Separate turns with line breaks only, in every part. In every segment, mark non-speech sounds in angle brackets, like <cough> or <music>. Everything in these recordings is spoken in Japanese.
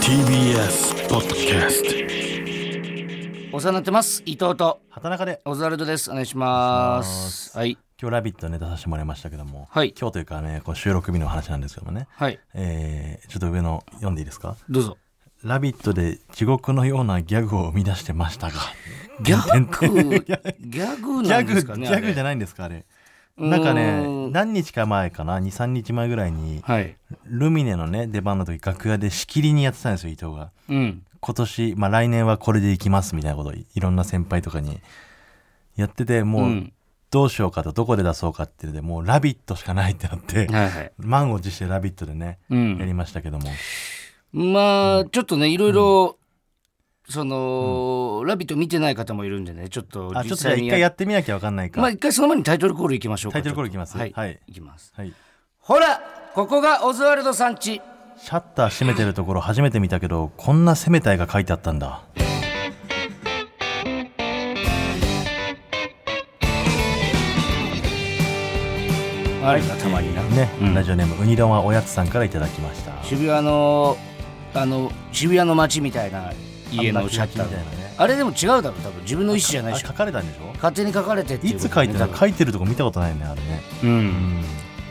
TBS ポッドキャスト
お世話になってます伊藤と
畑中で
オズワルドですお願いしますはい
今日「ラビット!」ね出させてもらいましたけども、
はい
今日というかねこう収録日の話なんですけどもね、
はい
えーちょっと上の読んでいいですか
どうぞ
「ラビット!」で地獄のようなギャグを生み出してましたが
ギャ
<laughs>
グギャグ
ギ
<laughs>
ャ
なん
グ
で
ギ
すかねあ
ャ
れ
グじゃないんですかあれなんか
うー
ね
ん
何日か前かな23日前ぐらいに
はい
ルミネのね出番の時楽屋でしきりにやってたんですよ伊藤が
うん
今年、まあ、来年はこれでいきますみたいなことをいいろんな先輩とかにやってて
う
もうんどうしようかとどこで出そうかっていうのでもう「ラビット!」しかないってなって
はいはい
満を持して「ラビット!」でね、
う
や
ん
りましたけども
まあちょっとねいろいろそのラビット見てない方もいるんでねちょっと
あち
実
ょっとじゃあ
際に
一回やってみなきゃ分かんないか、
まあ一回その前にタイトルコールいきましょうか
タイトルコールいきます
ちょっとは
はいい
いきます
はい、
ほらここがオズワルドさんち
シャッター閉めてるところ初めて見たけどこんな攻めた絵が書いてあったんだ
あれがたまにな
ね、
うん
ラジオネームうに丼はおやつさんからいただきました
渋谷のあの渋谷の街みたいな家のシャッター
あんな街みたいなね
あれでも違うだろ多分自分の意思じゃない
あ
でしょ
書かれたんでしょ
勝手に書かれてってい
いうつ
こと
書
だよ
い
ね、
てたの書いてるとこ見たことないよねあれね
多分う
うんん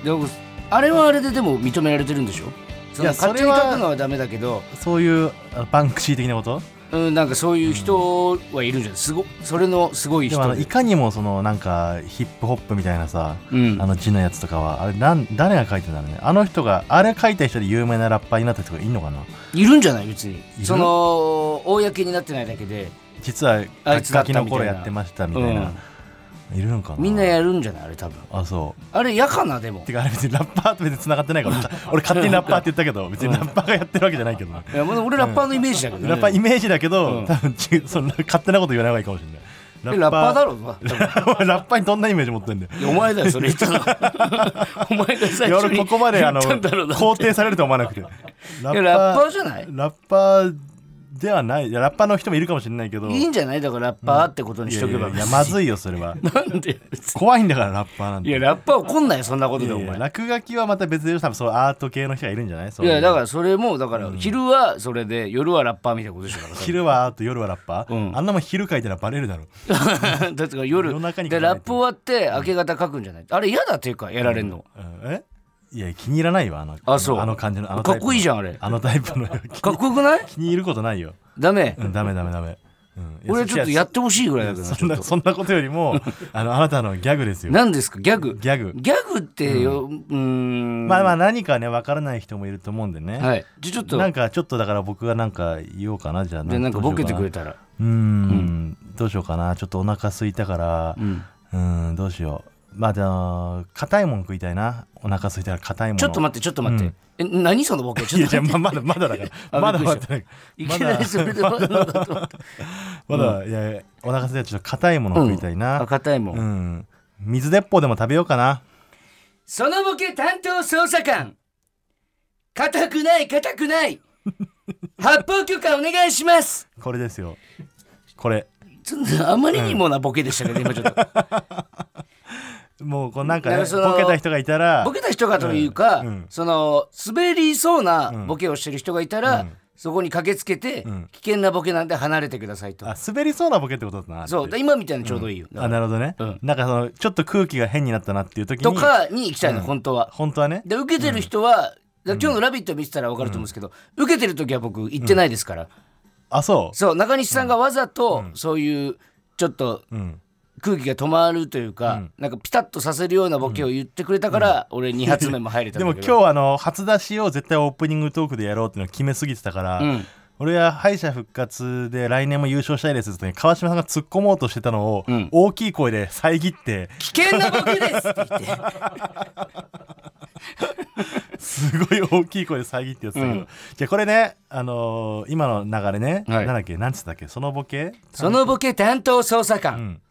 でもあれはあれででも認められてるんでしょその
いやそ
勝手
れ
に
は
書くのはダメだけど、
そういうあバンクシー的なこと
うん、なんかそういう人はいるんじゃないすごそれのすごい
で
人
もあの
で
いかにもそのなんかヒップホップみたいなさ、
うん
あの字のやつとかはあれなん誰が書いてたのねあの人があれ書いた人で有名なラッパーになった人がいんのかない
るんじゃない別に
いる
その公になってないだけで
実は
あいつだった
ガキ
みたいな
の頃やってましたみたいな、いるのかな
みんなやるんじゃないあれ多分
あそう
あれやかなでも
てかあれ別にラッパーと別に繋がってないから俺俺勝手にラッパーって言ったけど別にラッパーがやってるわけじゃないけどな、
いやもう俺ラッパーのイメージだけど、ね
ラッパーイメージだけど、
うん
多分ちそんな勝手なこと言わない方がいいかもしれない
えラッパーだ
ろ
ろ、まあ
ラッパーにどんなイメージ持って
<laughs>
んだよ
いやお前だよそれ言
<laughs>
ったのお前が最初
俺
に
ここまであの
言ったんだろうな
肯定されると思わなくてラッ
いやラッパーじゃない
ラッパーではないいやラッパーの人もいるかもしれないけど
いいんじゃないだからラッパーってことにしとけば、
いやいやいやまずいよそれは
なんで
怖いんだからラッパーなん
<laughs>
て
いやラッパー怒んないよそんなこと
い
で
や
お
いや
前
落書きはまた別で多分そうアート系の人がいるんじゃないそう
い
いう
やだからそれもだから昼はそれで夜はラッパーみたいなことでしょだから
昼はアート夜はラッパー、
うん
あんなもん昼書いたらバレるだろ <laughs>
だから夜
夜中に
で
考えて
ラップ終わって明け方書くんじゃないあれ嫌だっていうかやられんの、
うんえいや気に入らないわあの
あそう
の感じのあの
かっこいいじゃ
ゃん
んあれ
あのタイプの
かっこよくない
気に入ることないよ、
ダメ
うん、ダメダメダメ、うん、いや
俺ちょっと
い
やってほしいぐらいだけどなち
そ
ょ
ん
っ
な
と
そんなことよ
<laughs>
りもあのあなたのギャグですよ
何ですかギャグ
ギャグ
ギャグってようーん
まあまあ何かね分からない人もいると思うんでね、
はいじゃあちょっと
なんかちょっとだから僕がなんか言おうかなじゃあ
でなんかボケてくれ
た
たら
うーんどうしようかなちょっとお腹空いたから
うん
うーんどうしようまあじゃあ硬いもん食いたいなお腹空いたら硬いもん
ちょっと待ってちょっと待って、え何そのボケち
い
ょ
や
っ
い
と
や
待っ
ままだま <laughs> だだか
あ
らまだ
びっ
ま
くりした
だ
ていきなりそ
<laughs>
れでまだだと思って
まだ、いやいやお腹空いたらちょっと硬いもの食いたいな、
あ硬いもん、
うん、水鉄砲でも食べようかな
そのボケ担当捜査官硬くない硬くない発砲許可お願いします
これですよこれ
ちょっとあまりにもなボケでしたけど、今ちょっと
もうこうなんか
な
ね
んかその
ボケた人がいたら
ボケた人がというか、
うんうん
その滑りそうなボケをしてる人がいたら、そこに駆けつけて、
ん
危険なボケなんで離れてくださいと
あ滑りそうなボケってことだな
そうだ今みたいにちょうどいいよ、
あなるほどね、
うん
なんかそのちょっと空気が変になったなっていう時に
とかに行きたいの、
うん
本当は
本当はね
で受けてる人は、だ今日の「ラビット!」見てたら分かると思うんですけど、受けてる時は僕行ってないですから、
あそう
そう中西さんがわざとそういうちょっと
うん
空気が止まるというか、なんかピタッとさせるようなボケを言ってくれたから、俺2発目も入れたん
でも
だ
今
けど
日はあの初出しを絶対オープニングトークでやろうっていうのを決めすぎてたから、
うん
俺は敗者復活で来年も優勝したいですって時に川島さんが突っ込もうとしてたのを
ん
大きい声で遮って
危険なボケですって言
<laughs>
って
すごい大きい声で遮ってやってたけど、
うん
じゃあこれね、あのー今の流れね、
はい
なんだっけなんつったっけそのボケ
そのボケ担当捜査官、
うん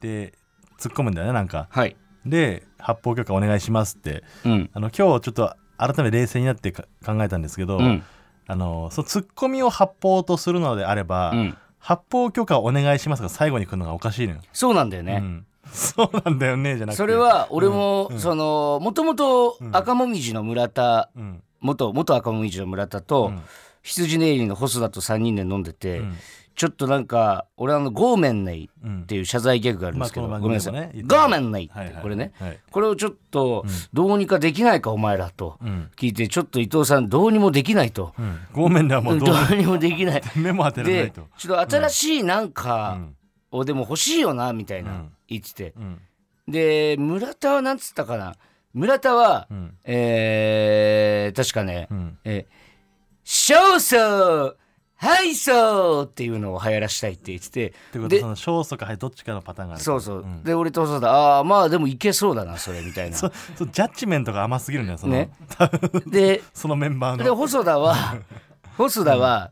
で突っ込むんだよねなんか
はい、
で発砲許可お願いしますって
うん
あの今日ちょっと改めて冷静になってか考えたんですけど、
うん
あのそのツッコミを発砲とするのであれば、
うん
発砲許可お願いしますが最後に来るのがおかしいのよ、
そうなんだよ
う
ね、
ん <laughs> そうなんだよねじゃなくて
それは俺も、そのもともと赤もみじの村田
うん
元元赤もみじの村田と、
うん
羊ネイリの細田と3人で飲んでて、
うん
ちょっとなんか俺あの「ゴーメンネイ」
うん
っていう謝罪ギャグがあるんですけど、
まあこ
ご
の
めん
番
なさ
組で
い
もね
「ゴーメンネイ」って、
はいはいはい
これね、
はい
これをちょっとどうにかできないか、お前らと
うん
聞いてちょっと伊藤さんどうにもできないと、
うんごめんなもうど
<laughs> ど
う
うにもでき
<laughs>
ない
目も当てられな
で
いと
ちょっと新しいなん
う
か
ん
をでも欲しいよなみたいうなん言ってて、
うん
で村田はなんつったかな村田は、
うん
えー、確かね、
うん
え「少々はいそう」っていうのを流行らしたいって言ってて
ってことは
で
その少数かはいどっちかのパターンがある
そうそう、
ん
で俺と細田ああまあでもいけそうだなそれみたいな
<laughs> そそジャッジメントが甘すぎるんだよその,、
ねで
<laughs> そのメンバー
で
の
細田
<laughs>
は細田は、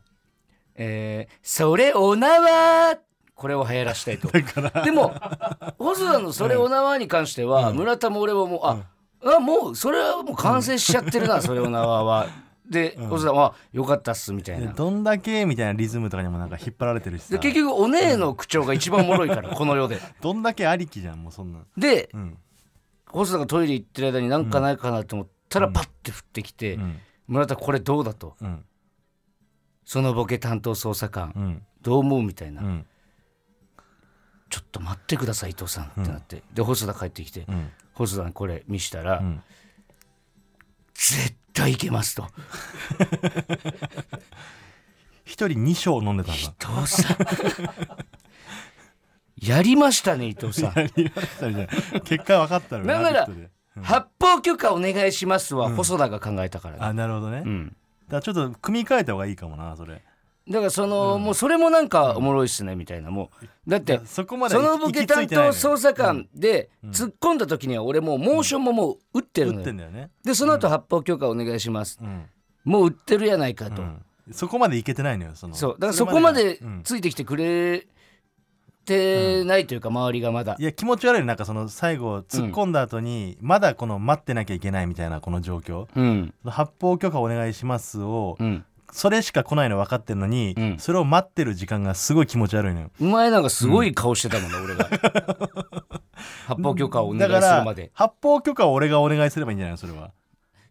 えーそれお縄」これを流行らしたいと
だから
でも細田の「それお縄」に関しては、村田も俺ももうあ、あもうそれはもう完成しちゃってるな、それお縄は。で、細田は「よかったっす」みたいな。
どんだけみたいなリズムとかにもなんか引っ張られてるし
で
さ
結局お姉の口調が一番おもろいからこの世で。
どんだけありきじゃんもうそんなん
で
うん
細田がトイレ行ってる間になんかないかなと思ったらパッて降ってきて
うん
「村田これどうだ?」と
うん
「そのボケ担当捜査官
うん
どう思う?」みたいうな「
ん
ちょっと待ってください伊藤さん」ってなってで細田帰ってきて
うん
細田にこれ見したら
うん
「絶対いけます」と
一人二升飲んでた
「
ん
伊
だ
藤さん <laughs> やりましたね伊藤さん」
やりましたね結果分かったの
なんなら
ラビットで
発砲許可お願いしますは細田が考えたからね
あなるほどね、
う
だか
ん
らちょっと組み替えた方がいいかもなそれ
だからその、もうそれもなんかおもろいっすねみたいなもうだって
そこまで
そのボケ担当捜査官で
ん
突っ込んだ時には俺もうモーションももう打ってる
打
の
っ
よ
てんだよね
でその後発砲許可お願いします
うん、
もう打ってるやないか
う
と、
ん、そこまでいけてないのよその
そうだからそこまで
うん
ついてきてくれてないというか周りがまだ
いや気持ち悪いねなんかその最後突っ込んだ後に、まだこの待ってなきゃいけないみたいなこの状況
うん
発砲許可お願いしますを、
うん
それしか来ないの分かってるのに、
うん
それを待ってる時間がすごい気持ち悪いのよ
お前なんかすごい顔してたもんな、俺
<laughs>
が発砲許可をお願
だ
い
か
する
ら
まで
発砲許可を俺がお願いすればいいんじゃないのそれは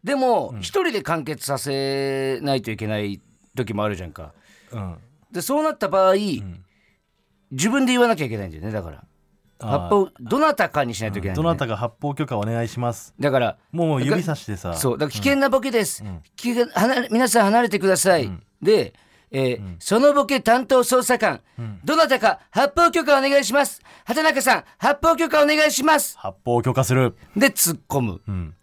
でも一、人で完結させないといけない時もあるじゃんか
うん
でそうなった場合、
ん
自分で言わなきゃいけないんだよねだから
あ
発
ー
砲どなたかにしないといけないんだ
ど
よね、
なたが発砲許可お願いします
だから
もう指さしてさ
そうだから危険なボケです、
ん
危険離れ皆さん離れてください、で、えーそのボケ担当捜査官、どなたか発砲許可お願いします畑中さん発砲許可お願いします
発砲許可する、
で突っ込む
うん、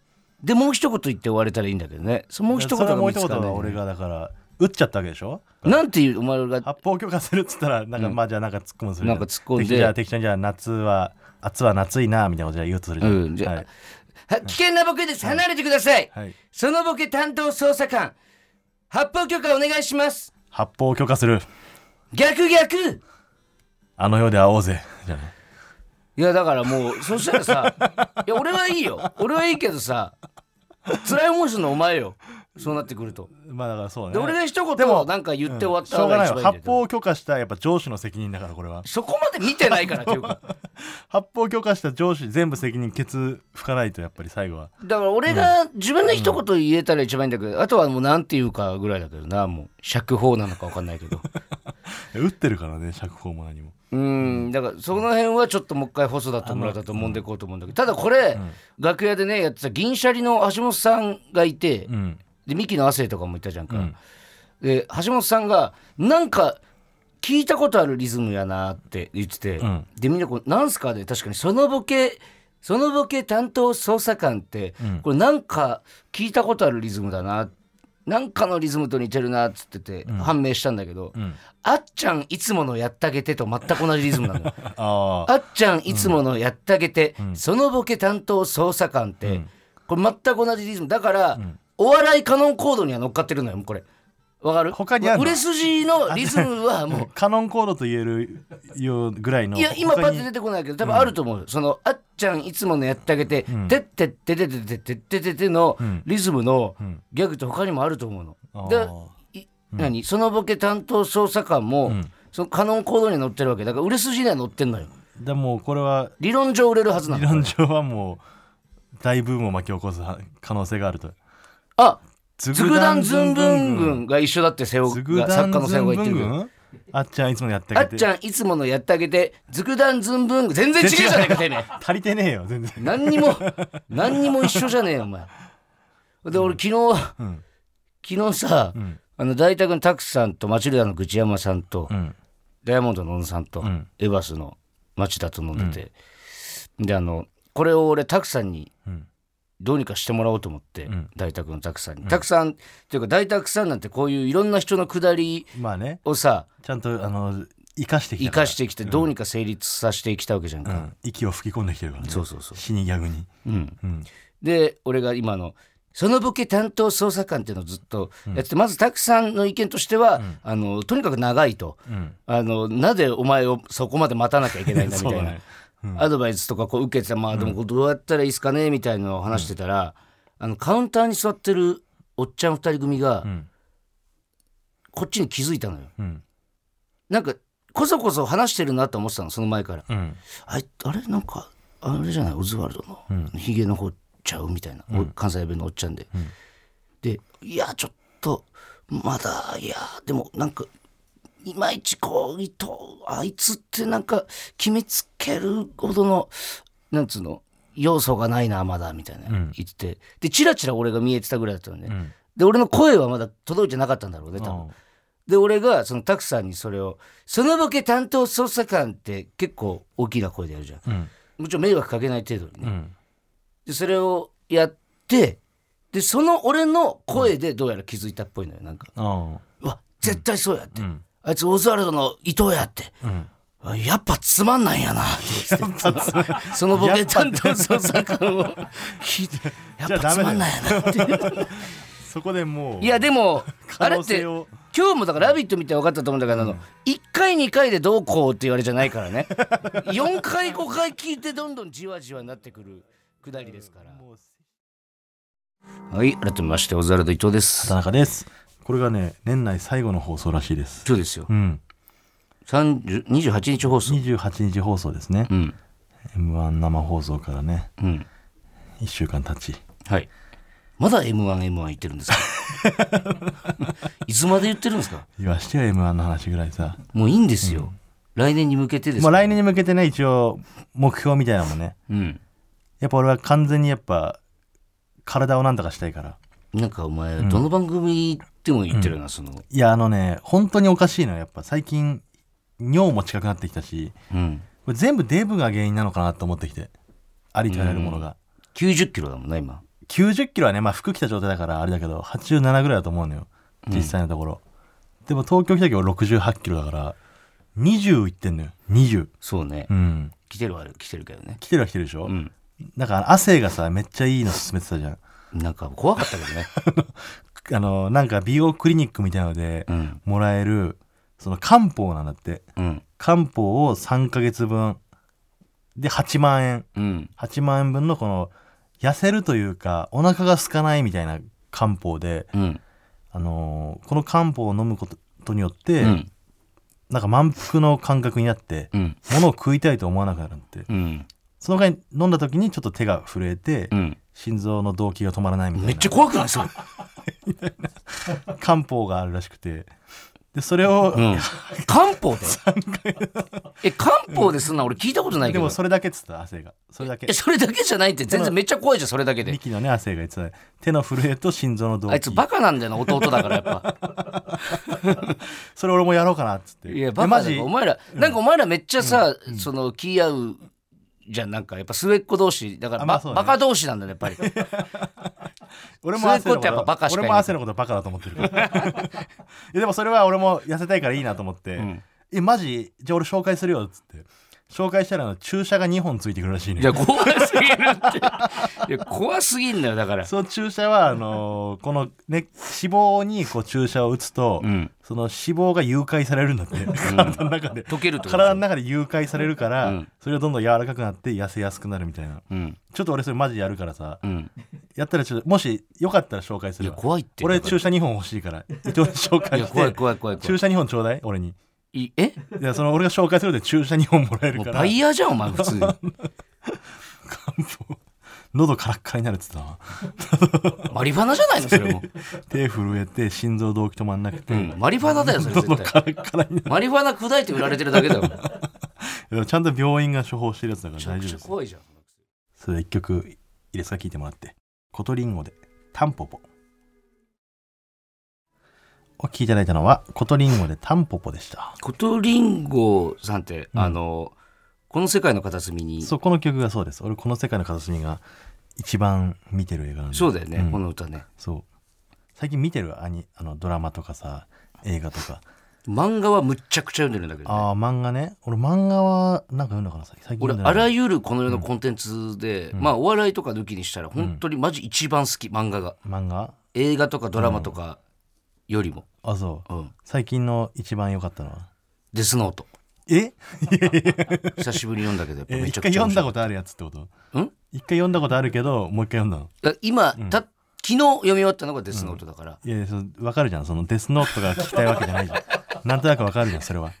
でもう一言言って終われたらいいんだけどねそもう一言
それ
が
はもう
見
一
つ
言
かんない
は俺がだから撃っちゃったわけでしょ
なんていうお前が
発砲許可するっつったらなんか、まあじゃあなんか突っ込むするじゃ
なんか突っ込んで
敵じゃあ敵ちゃんじゃあ夏は暑は夏いなみたいなことじゃあ言うとするじゃん、
うんじゃあ
はい
は危険なボケです離れてください、
はい、
そのボケ担当捜査官発砲許可お願いします
発砲許可する
逆逆
あの世で会おうぜじゃあね
いやだからもうそしたらさいや俺はいいよ俺はいいけどさ辛い思いするのお前よそうなってくると
まあだからそうね
で俺が一言なんか言って終わっ
したょうが
ら
ない
一
よ
番いいんだ
発
けど
砲許可したやっぱ上司の責任だからこれは
そこまで見てないからというか
発砲許可した上司全部責任ケツ拭かないとやっぱり最後は
だから俺が自分で一言言えたら一番いいんだけど、あとはもうなんて言うかぐらいだけどなもう釈放なのか分かんないけど
打ってるからね釈放も何も
うんだからその辺はちょっともう一回細田と村田と揉んでいこうと思うんだけどただこれ、楽屋でねやってた銀シャリの橋本さんがいて、
うん
でミキの亜生とかもいたじゃんか、で橋本さんがなんか聞いたことあるリズムやなって言ってて、
ん
でみんなこう「なんすか?」で確かにそのボケそのボケ担当捜査官って、これなんか聞いたことあるリズムだななんかのリズムと似てるなっつってて、判明したんだけど、あっちゃんいつものやったげてと全く同じリズムなのよ
ああ
あっちゃんいつものやったげて、そのボケ担当捜査官って、これ全く同じリズムだから、お笑いカノンコードには乗っかってるのよもうこれわかる
他にあるの
売れ筋のリズムはも
<laughs> カノンコードと言えるようぐらいの
ういや今パ
他
ッ
に
と出てこないけど多分あると思うよ、そのあっちゃんいつものやってあげて「てってってってってってってってって」のリズムのギャグって他にもあると思うの。で
あー
い何そのボケ担当捜査官も、そのカノンコードには乗ってるわけだから売れ筋には乗ってんのよ
でもこれは
理論上売れるはずな
理
の
論上はもう大ブームを巻き起こす可能性があると
あ
つ
つぐだんずんぶんぐんが一緒だって瀬尾
つぐ
が
だ
作
ん
家の瀬
ず
尾
ん
が
ぶ
言って
ん
る
ぐ
けど
んあっちゃんいつもやって
あ
あ
っ
げ
ち
て
ゃんいつものやってあげてずくだんずんぶんぐん全然違うじゃないかてめえ
足りてねえよ全然
何にも何にも一緒じゃねえよお前で俺昨日、
ん
昨日さ、
ん
あの大宅の拓さんとマチルダの口山さんと、
うん
ダイヤモンドの小野さんと、
ん
エバスの町田と飲んでて、であのこれを俺拓さんに
うん
どうにかしてもらおうと思って、
ん
大宅の拓さんに、拓さんっていうか大宅さんなんてこういういろんな人のくだり
まあね
をさ
ちゃんとあの生かしてき
生
たか
か
ら
してきてどうにか成立させてきたわけじゃんか、
うん息を吹き込んできてるからね
そうそうそう
死にギャグに
うん
うん
で俺が今のそのボケ担当捜査官っていうのをずっとやってて、まず拓さんの意見としては、あのとにかく長いと、
うん
あのなぜお前をそこまで待たなきゃいけないんだみた <laughs>
そう
いな、
だね
アドバイスとかこう受けてたまあでもこうどうやったらいいですかねみたいなのを話してたら、あのカウンターに座ってるおっちゃん二人組が、
ん
こっちに気づいたのよ
うん
なんかこそこそ話してるなと思ってたのその前から
うん
あいあれなんかあれじゃないオズワルドのひげの方ちゃうみたいな、お関西弁のおっちゃんで、でいやちょっとまだいやでもなんかいまいちこういとあいつってなんか決めつけるほどのなんつうの要素がないなまだみたいな言ってて、でチラチラ俺が見えてたぐらいだったのね、で俺の声はまだ届いてなかったんだろうね多分、で俺がそのタクさんにそれを「そのボケ担当捜査官」って結構大きな声でやるじゃん、
ん
もちろん迷惑かけない程度にね、
うん
でそれをやってでその俺の声でどうやら気づいたっぽいのよなんか
あ
「うわ絶対そうや」って、
ん
あいつオズワルドの伊藤や」って。
あうん
あやっぱつまんないんやなって言って
<laughs>
そのボケ担当捜査官を聞いてやっぱつまんないやなって
そこでもう
いやでもあ
<laughs> 可
れ
能
って
性を
今日もだから「ラビット!」見て分かったと思うんだけど、あの1回2回でどうこうって言われじゃないからね4回5回聞いてどんどんじわじわになってくるくだりですから、
もう
はい改めましてオズワルド伊藤です
田中ですこれがね年内最後の放送らしいです
そうですよ
うん
30 28日放送
28日放送ですね
うん
m 1生放送からね
うん
1週間経ち
はいまだ m 1 m 1言ってるんですか <laughs> いつまで言ってるんですか
言わしてよ m 1の話ぐらいさ
もういいんですよ、来年に向けてですか
まあ
ら
来年に向けてね一応目標みたいなのもね
うん
やっぱ俺は完全にやっぱ体をなんとかしたいから
なんかお前どの番組行っても言ってるな、その
いやあのね本当におかしいのよやっぱ最近尿も近くなってきたし
うん
これ全部デブが原因なのかなと思ってきてありとあらゆるものが、
90キロだもんな今
90キロはね、まあ、服着た状態だからあれだけど87ぐらいだと思うのよ実際のところ、でも東京来た時俺68キロだから20いってんのよ20
そうね、
うん
来てるはある来てるけどね
来てるは来てるでしょ、
うん
だから汗がさめっちゃいいの勧めてたじゃん
なんか怖かったけどね
あのなんか美容クリニックみたいなので
うん
もらえるその漢方なんだって
うん
漢方を3ヶ月分で8万円
うん
8万円分のこの痩せるというかお腹が空かないみたいな漢方で、
うん
あのーこの漢方を飲むことによって、
うん
なんか満腹の感覚になって、
うん
物を食いたいと思わなくなるって、
うん
その間に飲んだ時にちょっと手が震えて、
うん
心臓の動悸が止まらないみたいな
めっちゃ怖くないそれ
漢方があるらしくてでそれを、
うん漢方でえ漢方ですんな俺聞いたことないけ
で
ど
もそれだけっつった汗がそれだけ
えそれだけじゃないって全然めっちゃ怖いじゃんそれだけ
ミ
で
キのね汗が言ってた手の震えと心臓の動
あいつ
悸
バカなんだよな弟だからやっ
<laughs>
ぱ
それ俺もやろうかなっつって
いや
で
バ
マ
カだ
ジ
よお前らなんかお前らめっちゃさ、その気合うじゃんなんかやっぱ末っ子同士だから
あ
バ,、
まあそうだ
バカ
ね
同士なんだねやっぱり
<laughs> 俺も汗のこ
そういうことやっぱバカ
と
しかいな
俺
い
も汗のことバカだと思ってるから <laughs> いやでもそれは俺も痩せたいからいいなと思って、
ん
えマジじゃあ俺紹介するよっつって紹介したらあの注射が2本ついてくるらしい
いや
ね
怖すぎるっていや怖すぎんだよだから
その注射はあのー <laughs> この、ね、脂肪にこう注射を打つと、
ん
その脂肪が誘拐されるんだって、体の中で
溶けるってこと
体の中で誘拐されるから、
うん
それがどんどん柔らかくなって痩せやすくなるみたいな
うん
ちょっと俺それマジやるからさ、
うん
やったらちょっともしよかったら紹介す
い
る
や
わ
怖いって
俺
だから
注射2本欲しいから伊藤に紹介
いや
して
怖い怖い怖い怖
注
い
射2本ちょうだい俺に
いえ
いやその俺が紹介するで注射2本もらえる
もう
から
バイヤーじゃんお前普通に
漢方喉カラッカラになるって言って
マリファナじゃないのそれも、
たな手震えて心臓動悸止まんなくて、
うん、マリファナだよそれ
喉
絶
カ
対
ラッカラになる
マリファナ砕いて売られてるだ
<laughs>
けだよ
でもちゃんと病院が処方してるやつだか
め
ら
ちゃ
大
く
丈夫
ち
で
ゃ
す
怖いじゃん
それで一曲いいですか聞いてもらって「コトリンゴでタンポポ」お聴きいただいたのは「コトリンゴでタンポポ」でした
コトリンゴさんって、
うん
あのこの世界の片隅にそ
そうこの曲がそうです俺この世界の片隅が一番見てる映画なんで
うだよね、
ん
この歌ね
そう最近見てるアニあのドラマとかさ映画とか
漫画はむっちゃくちゃ読んでるんだけど、ね、
ああ漫画ね俺漫画はなんか読んだかな最近読
俺
んでない
あらゆるこの世のコンテンツで、まあお笑いとか抜きにしたら本当にマジ一番好き漫画が
漫画
映画とかドラマとかよりも、
あそう、
うん
最近の一番良かったのは
デスノート
え
久しぶりに読んだけどやっぱ
え
めち
一
ゃく
回
ちゃ
読
面
ん
白
だ
い
ことあるやつってこと
ん
一回読んだことあるけどもう一回読んだの
だから今、た昨日読み終わったのがデスノートだから、
いやいやそうわかるじゃんそのデスノートが聞きたいわけじゃ <laughs> ないじゃんなんとなくわかるじゃんそれは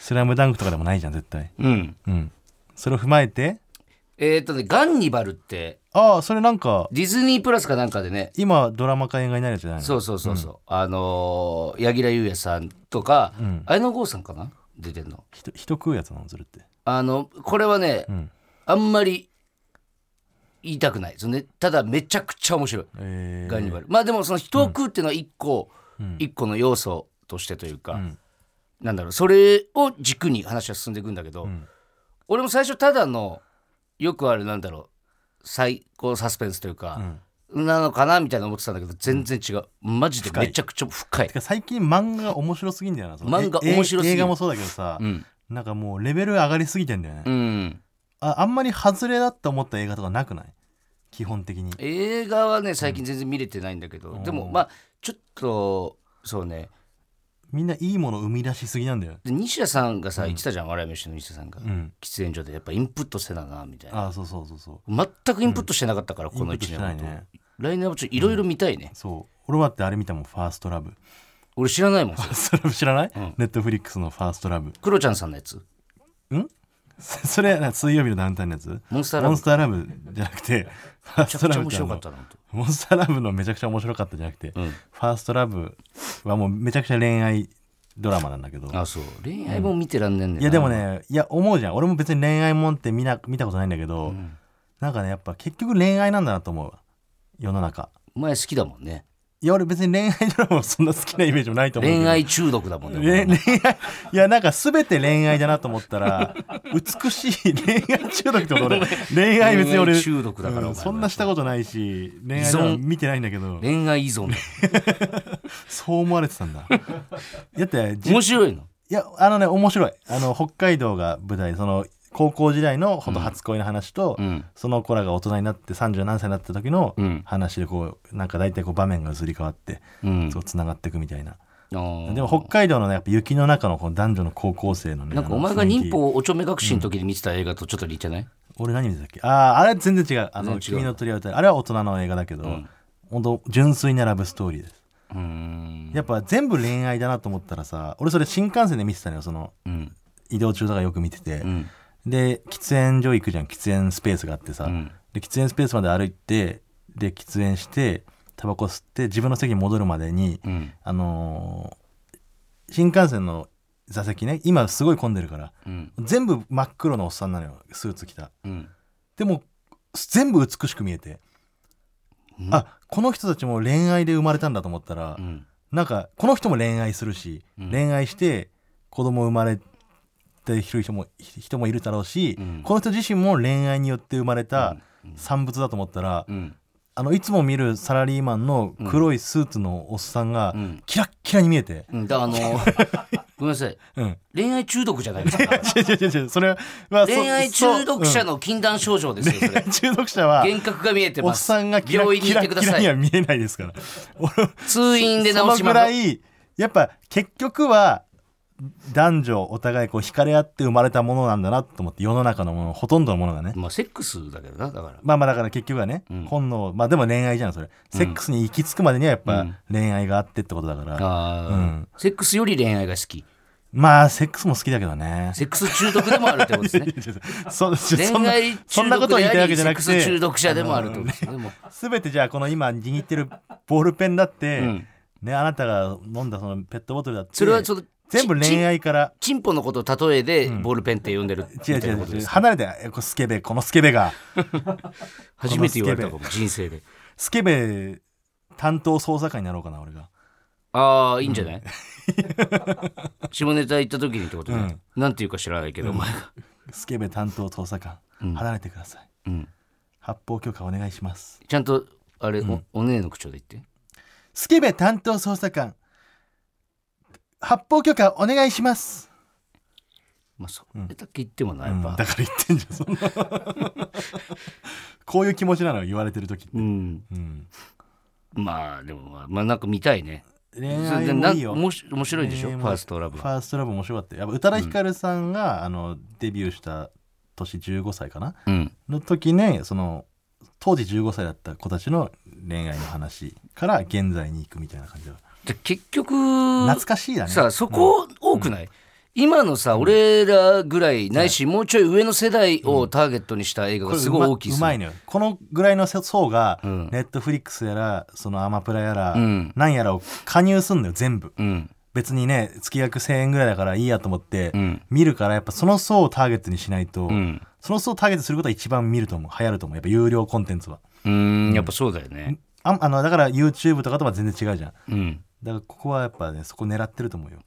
スラムダンクとかでもないじゃん絶対
うん
うんそれを踏まえて
えーっ、とねガンニバルって
ああそれなんか
ディズニープラスかなんかでね
今ドラマ化映画になるやつじゃないの
そうそうそうそう、あのー柳楽優弥さんとか、綾野剛さんかな出てんの
ひと人食うやつなのそれって
あのこれはね、
ん
あんまり言いたくないですよねただめちゃくちゃ面白い、
え
ガンニバルまあでもその人を食うっていうのは一個、一個の要素としてというか、
ん
なんだろうそれを軸に話は進んでいくんだけど、
ん
俺も最初ただのよくあるなんだろう最高サスペンスというか、なのかなみたいな思ってたんだけど全然違うマジでめちゃくちゃ深い
てか最近漫画が面白すぎんだよなその
漫画
え
面白すぎる
映画もそうだけどさ、
うん
なんかもうレベル上がりすぎてんだよね、
うん
ああんまり外れだって思った映画とかなくない基本的に
映画はね最近全然見れてないんだけど、でもまあちょっとそうね
みんないいもの生み出しすぎなんだよ
で西田さんがさ言ってたじゃん、笑い飯の西田さんが、
うん
喫煙所でやっぱインプットせななみたいな
ああそうそうそうそう
全くインプットしてなかったから、この1
インプットして
年
な
の
い
こと、
ね
来年はちょっといろいろ見たいね、
そう俺はってあれ見たもんファーストラブ <laughs>
俺知らないもんそれ
それ知らない、ネットフリックスのファーストラブ
クロちゃんさんのやつ
そそれな水曜日のダウンタウンのやつ
モンスターラブ
モンスターラブじゃなくてファー
めち
ス
ゃく
トラ
ちゃ面白
ブてあの
かったな本当
モンスターラブのめちゃくちゃ面白かったじゃなくて、
ん
ファーストラブはもうめちゃくちゃ恋愛ドラマなんだけど
あそう恋愛も見てらんねんねんない
やでもねいや思うじゃん俺も別に恋愛もんって見な見たことないんだけど、なんかねやっぱ結局恋愛なんだなと思うわ世の中
お前好きだもんね
いや俺別に恋愛ドラマはそんな好きなイメージもないと思うけど
恋愛中毒だもんねお前
ね恋愛いやなんか全て恋愛だなと思ったら美しい恋愛中毒ってこと俺恋愛別に
<laughs>
俺
恋愛中毒だから
うん
お前
そんなしたことないし恋愛ドラマ見てないんだけど
恋愛依存だ
そう思われてたん
<laughs>
だだってじい
面白いの
やあのね面白いあの北海道が舞台その高校時代のほんと初恋の話と、
うん
その子らが大人になって30何歳になった時の
うん
話でこうなんか大体こう場面が移り変わって、
うん
そうつながっていくみたいな
あー
でも北海道のねやっぱ雪の中のこの男女の高校生のね
なんかお前が忍法をおちょめ隠しの時に見てた映画とちょっと似てない、
俺何見てたっけあああれは全然違う「あ
全
の
然違う
君の鳥は歌える」あれは大人の映画だけど、本当純粋なラブストーリーです
うーん
やっぱ全部恋愛だなと思ったらさ俺それ新幹線で見てたのよその
うん
移動中とかよく見てて、
うん
で喫煙所行くじゃん喫煙スペースがあってさ、
うん
で喫煙スペースまで歩いてで喫煙してタバコ吸って自分の席に戻るまでに、
うん
あのー新幹線の座席ね今すごい混んでるから
うん
全部真っ黒のおっさんなのよスーツ着た
うん
でも全部美しく見えて、
ん
あこの人たちも恋愛で生まれたんだと思ったら、
うん
なんかこの人も恋愛するし、
うん
恋愛して子供生まれている人も人もいるだろうし、
うん
この人自身も恋愛によって生まれた
うん
産物だと思ったら、
うん
あのいつも見るサラリーマンの黒いスーツのおっさんが
うん
キラッキラに見えて、
うんだあのーごめんなさい <laughs>
うん、
恋愛中毒じゃない
<laughs>
ですか
違う違う違うそれは、まあそ
恋愛中毒
そう
者の禁断症状ですよそ
うん
れ
<laughs> 恋愛中毒者は
幻覚が見えて
お
ま
っ
す
さんがキラ
病院に
キ
行って
ラ
くだ
キ
さ
ラにはい見えないですから俺
通院で治
そ
し
の
ま
ぐら
す
いやっぱ結局は男女お互いこう惹かれ合って生まれたものなんだなと思って世の中のものほとんどのものがね
まあセックスだけどなだから
まあまあだから結局はね、
ん
本能まあでも恋愛じゃんそれセックスに行き着くまでにはやっ
う
ぱ
ん
恋愛があってってことだから、
あー
うん
セックスより恋愛が好き
まあセックスも好きだけどね
セックス中毒でもあるってこと
<laughs>
ですね
そそそん
恋
な
愛
そ
中
んなこ
毒
とを
で
言い
あ
たいわけ
り
じ
セッ
ゃな
ク
く
ス
て
中毒者でもあるってことですねでも
すべてじゃあこの今握ってるボールペンだって、
ん
ねあなたが飲んだそのペットボトルだって
それはちょっと
全部恋愛から
チンポのことを例えでボールペンって呼んでるみた
違う
い
違
な
う
こと
違
で
う
す
離れてえこうスケベこのスケベが
初めて言われたかも人生で
スケベ担当捜査官になろうかな俺が
ああいいんじゃない <laughs> 下ネタ行った時にってこと
う
ね
ん
なんていうか知らないけどお前が
スケベ担当捜査官、離れてください
うん
発砲許可お願いします
ちゃんとあれおお姉の口調で言って
スケベ担当捜査官発砲許可お願いします、
まあそれだけ言ってもなやっ
うん
ぱ
だから言ってんじゃんそんな
<laughs>
こういう気持ちなのよ言われてる時って、
うん
うん、
まあでもまあまあなんか見たいね
恋
それ
愛
でな
も
ん
いいよ
もし面白いでしょ
恋
フ
愛
ァ
も
ーストラブ
ファーストラブ面白かったよやっぱ宇多田ヒカルさんが、あのデビューした年15歳かな
うん
の時ねその当時15歳だった子たちの恋愛の話から現在に行くみたいな感じだ
じゃあ結局
懐かしいだね
さあそこ多くない、今のさ、俺らぐらいないし、もうちょい上の世代をターゲットにした映画
こ
が
れ
すごい大きいっ
う
す
まうま
ね
いのよこのぐらいの層が、
うん
ネットフリックスやらそのアマプラやら、
うん
なんやらを加入すんだよ全部
うん
別にね月額1000円ぐらいだからいいやと思って、
うん
見るからやっぱその層をターゲットにしないと、
うん
その層をターゲットすることは一番見ると思う流行ると思うやっぱ有料コンテンツは
うーんやっぱそうだよね
ああのだから YouTube とかとは全然違うじゃんだか
うん
らここはやっぱねそこ狙ってると思うよ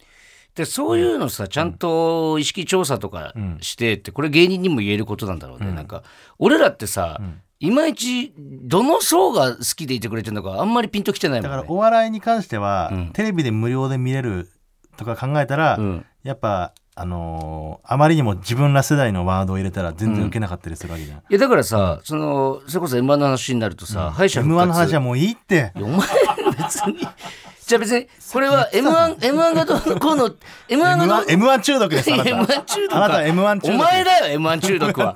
でそういうのさちゃんと意識調査とか
うん
してってこれ芸人にも言えることなんだろうね、なんか俺らってさ、いまいちどの層が好きでいてくれてるのかあんまりピンときてないも
だ
ん
か
ね
らお笑いに関しては、
うん
テレビで無料で見れるとか考えたら、
うん
やっぱあのーあまりにも自分ら世代のワードを入れたら全然受けなかったりするわけじゃん、
いやだからさ、そのそれこそ M−1 の話になるとさ、敗者
m
復活
1の話はもういいって
お前別にじゃあ別にこれは M1 M1 がどうのこうの M1 がどう
M1,
の
M1 中毒ですあなた
M1 中毒
あなた M1 中毒
お前だよ M1 中
<laughs>
毒は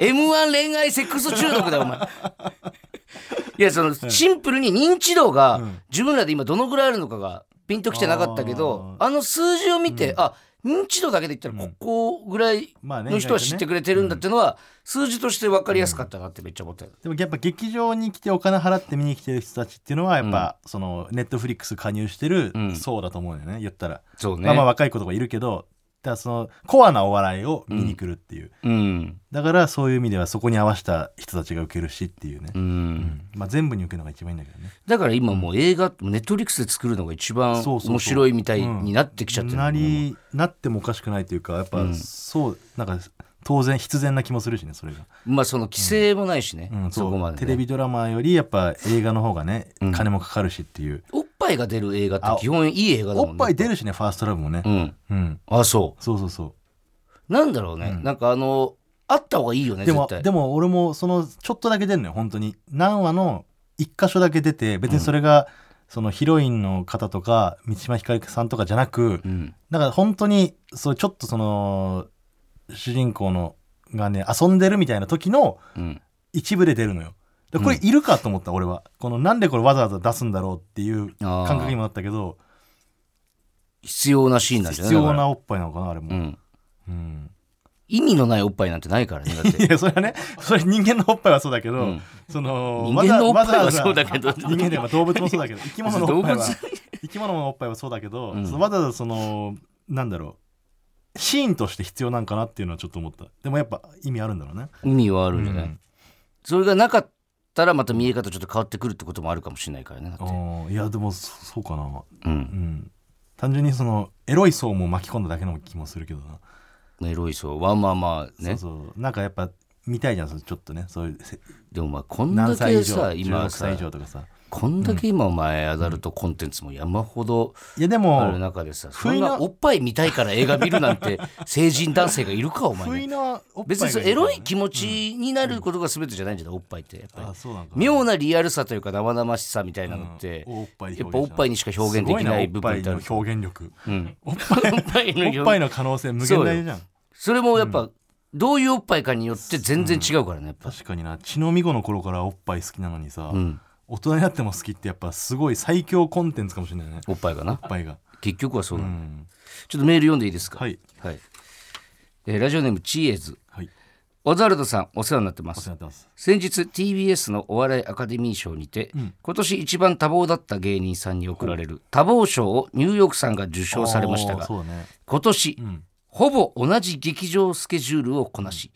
M1 恋愛セックス中毒だよお前いやそのシンプルに認知度が自分らで今どのぐらいあるのかがピンときてなかったけどあの数字を見て、あ認知度だけで言ったらここぐらい
まあね
の人は知ってくれてるんだってのは数字として分かりやすかったなってめっちゃ思ったよ、
でもやっぱ劇場に来てお金払って見に来てる人たちっていうのはやっぱ、そのネットフリックス加入してる
ん
層だと思うんだよね言ったら、
そうね、
まあまあ若い子とかいるけどだからそのコアなお笑いを見に来るっていう、
うん
だからそういう意味ではそこに合わせた人たちが受けるしっていうね、
うん
まあ、全部に受けるのが一番いいんだけどね
だから今もう映画ネットフリックスで作るのが一番
そうそうそう
面白いみたいになってきちゃってる
なりなってもおかしくないというかやっぱ、そうなんか当然必然な気もするしねそれが、
まあその規制もないしね、
うん
そこまでね、
テレビドラマよりやっぱ映画の方がね、金もかかるしっていう
おっぱいが出る映画って基本いい映画だもんね
おっぱい出るしねファーストラブもね
うん
うん、
あそ
そうそうそう
うなんだろうね、なんかあのあった方がいいよね
でも
絶対
で
も
も俺もそのちょっとだけ出るのよ本当に何話の一箇所だけ出て別にそれが、そのヒロインの方とか満島ひかりさんとかじゃなく、
うん
だから本当にそうちょっとその主人公のがね遊んでるみたいな時の
うん
一部で出るのよでこれいるかと思った、俺はこのなんでこれわざわざ出すんだろうっていう
あー
感覚にもなったけど
必要なシーンなんじゃない
必
だ
要
から
なおっぱいなのかなあれも、
う
うん
ん意味のないおっぱいなんてないからねだっ
い
て
やそれはねそれ人間のおっぱいはそうだけど、
ん
その
人間のおっぱいは
わざわざ
そうだけど
人間でも動物もそうだ
<laughs>
けど生き物のおっぱ
動
いは
物
生き物のおっぱいはそうだけど、
うん
そのわざわざそのなんだろうシーンとして必要なんかなっていうのはちょっと思ったでもやっぱ意味あるんだろうね
意味はあるんじゃない、
うん
それがなかったらまた見え方ちょっと変わってくるってこともあるかもしれないからねだ
あ
っ
ーいやでもそそうかな
てうん
うん単純にそのエロい層も巻き込んだだけの気もするけどな、
エロいそうはまあまあね
そうそうなんかやっぱ見たいじゃんそれちょっとねそういうせ
でもまあこんだ
何歳
け
以上
さ
16
今さ
歳以上とかさ
こんだけ今お前アダルトコンテンツも山ほど
いやで
ある
も
中でさ、そ
不
ん
意な
なおっぱい見たいから映画見るなん
<laughs>
て成人男性がいるかお
不
前
意なおっぱいがいるからね
別にそのエロい気持ちになることが全てじゃないんじゃないおっぱいってやっぱ
あ
り
そうなんか
妙なリアルさというか生々しさみたいなのって
うんおっぱいで表現
やっぱおっぱいにしか表現できない部分ってある
すごいなおっぱいの表現力
うん
おっぱい
おっぱい <laughs> の
おっぱい
の
の可能性無限大じゃん
それもやっぱどういうおっぱいかによって全然違うからねやっぱ
確かにな血のみ子の頃からおっぱい好きなのにさ、
ん
大人になっても好きってやっぱすごい最強コンテンツかもしれないね
おっぱいかな
おっぱいが
結局はそうな
う
の、
ん
ちょっとメール読んでいいですか
はい
はいえーラジオネームチエーズ
はい
オザルドさんお世話になってま
お世話
す
になってます
先日 TBS のお笑いアカデミー賞にて、今年一番多忙だった芸人さんに贈られる多忙賞をニューヨークさんが受賞されました
あー
が
そうだね
今年、
ん
ほぼ同じ劇場スケジュールをこなし、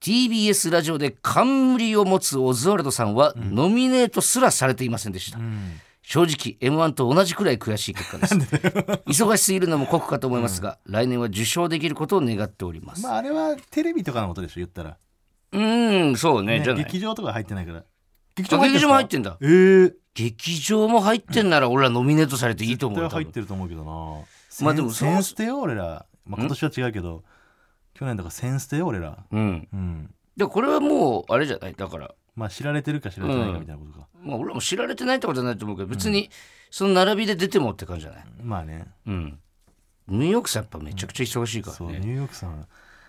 TBS ラジオで冠を持つオズワルドさんはノミネートすらされていませんでした、正直 m 1と同じくらい悔しい結果です忙しすぎるのも酷かと思いますが、来年は受賞できることを願っております、
まああれはテレビとかのことでしょ言ったら
うーんそうね
ね
じゃない
劇場とか入ってないから劇
あ劇場も入って
ん
んだ
ええ
劇場も入ってんなら俺らノミネートされていいと思
絶
うよ
対
多
入っ
分
てると思うけどな
まあでも
センステよ俺ら、まあ、今年は違うけど去年とかセンステよ俺ら
うん
うん
でもこれはもうあれじゃないだから
まあ知られてるか知られてないかみたいなことか、
まあ、俺らも知られてないってことはないと思うけど別にその並びで出てもって感じじゃない、
まあね
うん、ニューヨークさんやっぱめちゃくちゃ忙しいか
そう
ら
ニュ
ね
ーヨークさんは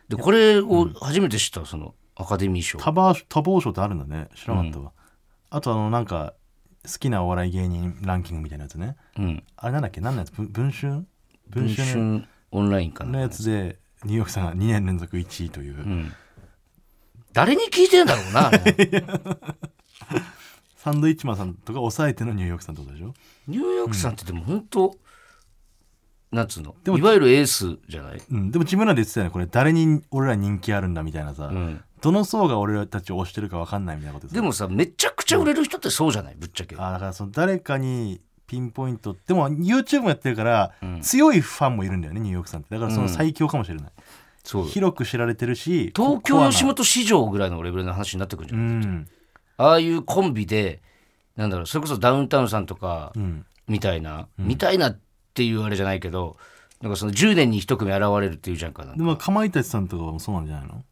でこれを初めて知ったそのアカデミー賞
多忙多忙賞ってあるんだね知らなかったわ、あとあのなんか好きなお笑い芸人ランキングみたいなやつね
うん
あれなんだっけ何のやつぶ文春文
文
春
春オンラインか
の
な、
やつでニューヨークさんが2年連続1位という、
うん、誰に聞いてんだろうな
<laughs> サンドイッチマンさんとか抑えてのニューヨークさんってことでしょ
ニューヨークさんってでも本当、なんつうの
でも
いわゆるエースじゃない、
うん、でも自分らで言ってたよねこれ誰に俺ら人気あるんだみたいなさ、
うん、
どの層が俺らたちを推してるか分かんないみたいなことさ
でもさめちゃくちゃ売れる人ってそうじゃないぶっちゃけ
あだからその誰かにピンポイントでも YouTube もやってるから、
うん
強いファンもいるんだよねニューヨークさんってだからその
うん
最強かもしれない、
そう
広く知られてるし
東
コア
京
な
吉本市場ぐらいのレベルの話になってくるんじ
う
ゃない、
ん、
ああいうコンビでなんだろうそれこそダウンタウンさんとか
うん、
みたいな、みたいなっていうあれじゃないけどなんかその10年に1組現れるっていうじゃんかなん
で
か
もかまいたちさんとかもそうなんじゃないの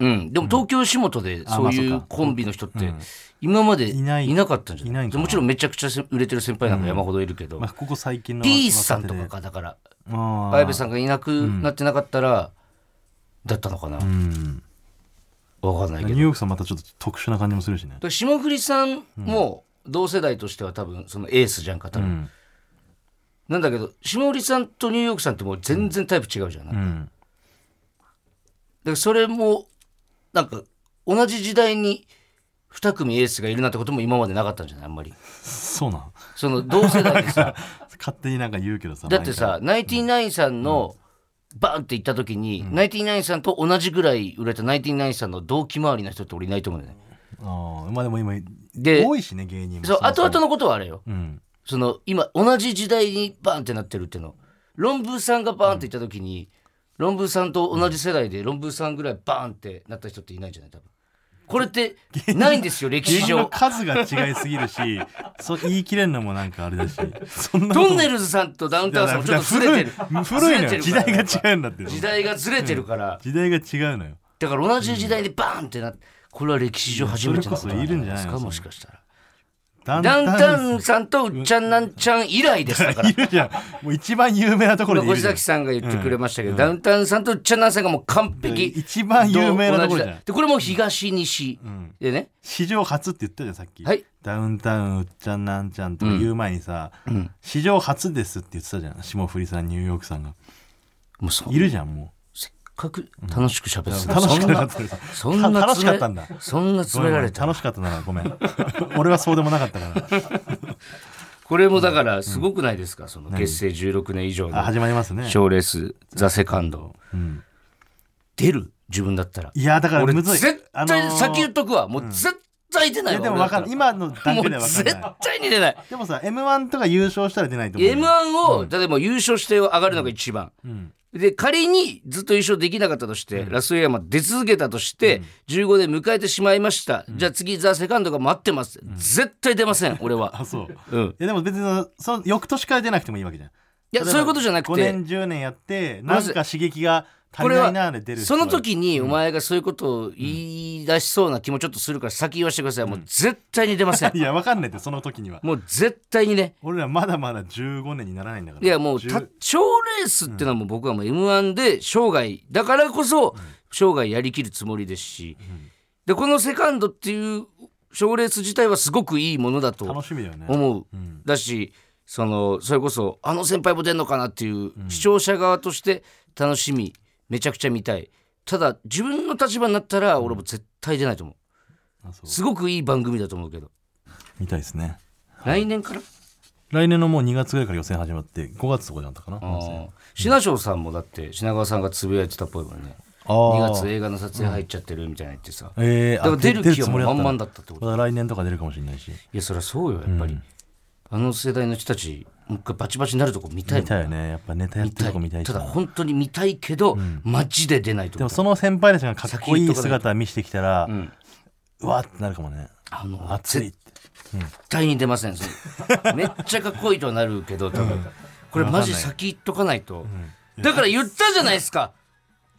うん、でも東京吉本でそうい
あまあそう
う
か
コンビの人って今まで
い
い
ない
なかったんじゃない
いないかな
もちろんめちゃくちゃせ売れてる先輩なんか山ほどいるけど、
まあ、ここ最近の
ピースさんとか
か
かだから綾
綾
部さんがいなくなってなかったら、だったのかな、
うん
わかんないけど
ニューヨークさんまたちょっと特殊な感じもするしね
だから霜降りさんも同世代としては多分そのエースじゃんか多
う
分、
ん、
なんだけど霜降りさんとニューヨークさんってもう全然タイプ違うじゃん、
う
だか
ん、
らそれもなんか同じ時代に2組エースがいるなんてことも今までなかったんじゃないあんまり
そうなん
その同世代で <laughs> さ
勝手になんか言うけどさ
だってさナインティナインさんのバーンって行った時に、ナインティナインさんと同じぐらい売れたナインティナインさんの同期周りの人って俺いないと思うんだよね
あーまあでも今
で
多いしね芸人も
そう後々
の
のことはあれよ
うん
その今同じ時代にバーンってなってるっていうの論文さんがバーンっていった時に、論文さんと同じ世代で論文さんぐらいバーンってなった人っていないんじゃない多分これってないんです
<laughs>
よ歴
芸
史
人の
上
数が違いすぎる
<laughs>
しそう言い切れんのもなんかあれだしそんなこと
トンネルズさんとダウンタウンさんもちょっとずれてる
古い古いのよ
ず
時
れ
代
てるから
が違うんだって
時代がずれてるから
時代が違うのよ
だから同じ時代でバーンってなってこれは歴史上初めてのことなんじゃないですか
それこそいるんじゃないの
もしかしたら
ダ
ダウンタウ
ウ
ンさんとうっちゃんなんちゃん以来ですだから
いるじゃんもう一番有名なところでい
小
るじゃん
崎さんが言ってくれましたけど、ダウンタウンさんとうっちゃんなんさんがもう完璧
一番有名なところじゃん
でこれも東西でね、
史上初って言ったじゃんさっき、
はい
ダウンタウンうっちゃんなんちゃんとか言う前にさ、史上初ですって言ってたじゃん霜降りさんニューヨークさんが
もうそ
いるじゃんも
せっかく楽しく喋ってた、
楽しくなかった
そんなそんな
楽しか
詰
ったん
め
だ
そんな
う
詰められた
楽しかったならごめん <laughs> 俺はそうでもなかったから
これもだからすごくないですか、その結成16年以上
あ
の
始まりますね
賞レース「ザ・セカンド、
ん
出る自分だったら
いやだから
俺
むずい
絶
あ
対
のー
先言っとくわもう絶対出ないいわ
やでも
俺だ
わ
った
からん今の段階では
もう
分か
絶
んない
対に出ない
でもさ m 1とか優勝したら出ないと思う
m 1を、例えば優勝して上がるのが一番、で仮にずっと優勝できなかったとして、ラスウェアまで出続けたとして、15で迎えてしまいました、じゃあ次ザ・セカンドが待ってます、絶対出ません俺
<laughs>
は
あそう
うん
いやでも別にそのその翌年から出なくてもいいわけじゃ
い
ん
やそういうことじゃなく
5
て
年10年やってな
ま
ん
ず
か刺激が足
こ
り
れ
ない
は
なーで出る人
そ
は
の時にお前がそういうことを言い出しそうな気もちょっとするから先言わせてくださいもう絶対に出ま
<laughs>
せん
いやわかんないってその時には
もう絶対にね
俺らまだまだ15年にならないんだから
いやもう
10
た賞レースってのはもう僕はもう m 1で生涯だからこそ生涯やりきるつもりですし、でこのセカンドっていう賞レース自体はすごくいいものだと
楽しみだよね
思う、
ん
だしそのそれこそあの先輩も出んのかなっていう、視聴者側として楽しみめちゃくちゃ見たいただ自分の立場になったら俺も絶対出ないと思う、
あそう
すごくいい番組だと思うけど、
見たいですね
来年から
来年のもう2月ぐらいから予選始まって5月とかじゃなかったかな
ああ品庄さんもだって品川さんがつぶやいてたっぽいもんね2
あ
月映画の撮影入っちゃってるみたいな言ってさ、
えー、
でも
あ
出る気は
つ
もう
もりだった
満
ん
々
だ
だったってこと
まだ来年とか出るかもしれないし
いやそりゃそうよやっぱり、あの世代の人たちもう一回バチバチになるとこ見たい
見
もん
たいよねやっぱネタやっ
見
て
た
るとこ見たい
い
した
だ本当に見たいけど、マジで出ないと
で
思
も
う
その先輩たちがかっこい
先行っ
い
とかないと
姿見してきたら、うんわーってなるかもね
あの
熱いって
絶対に出ませんそ
<laughs>
のめっちゃかっこいいとはなるけど多分、これマジ先言っとかないと、だから言ったじゃないですか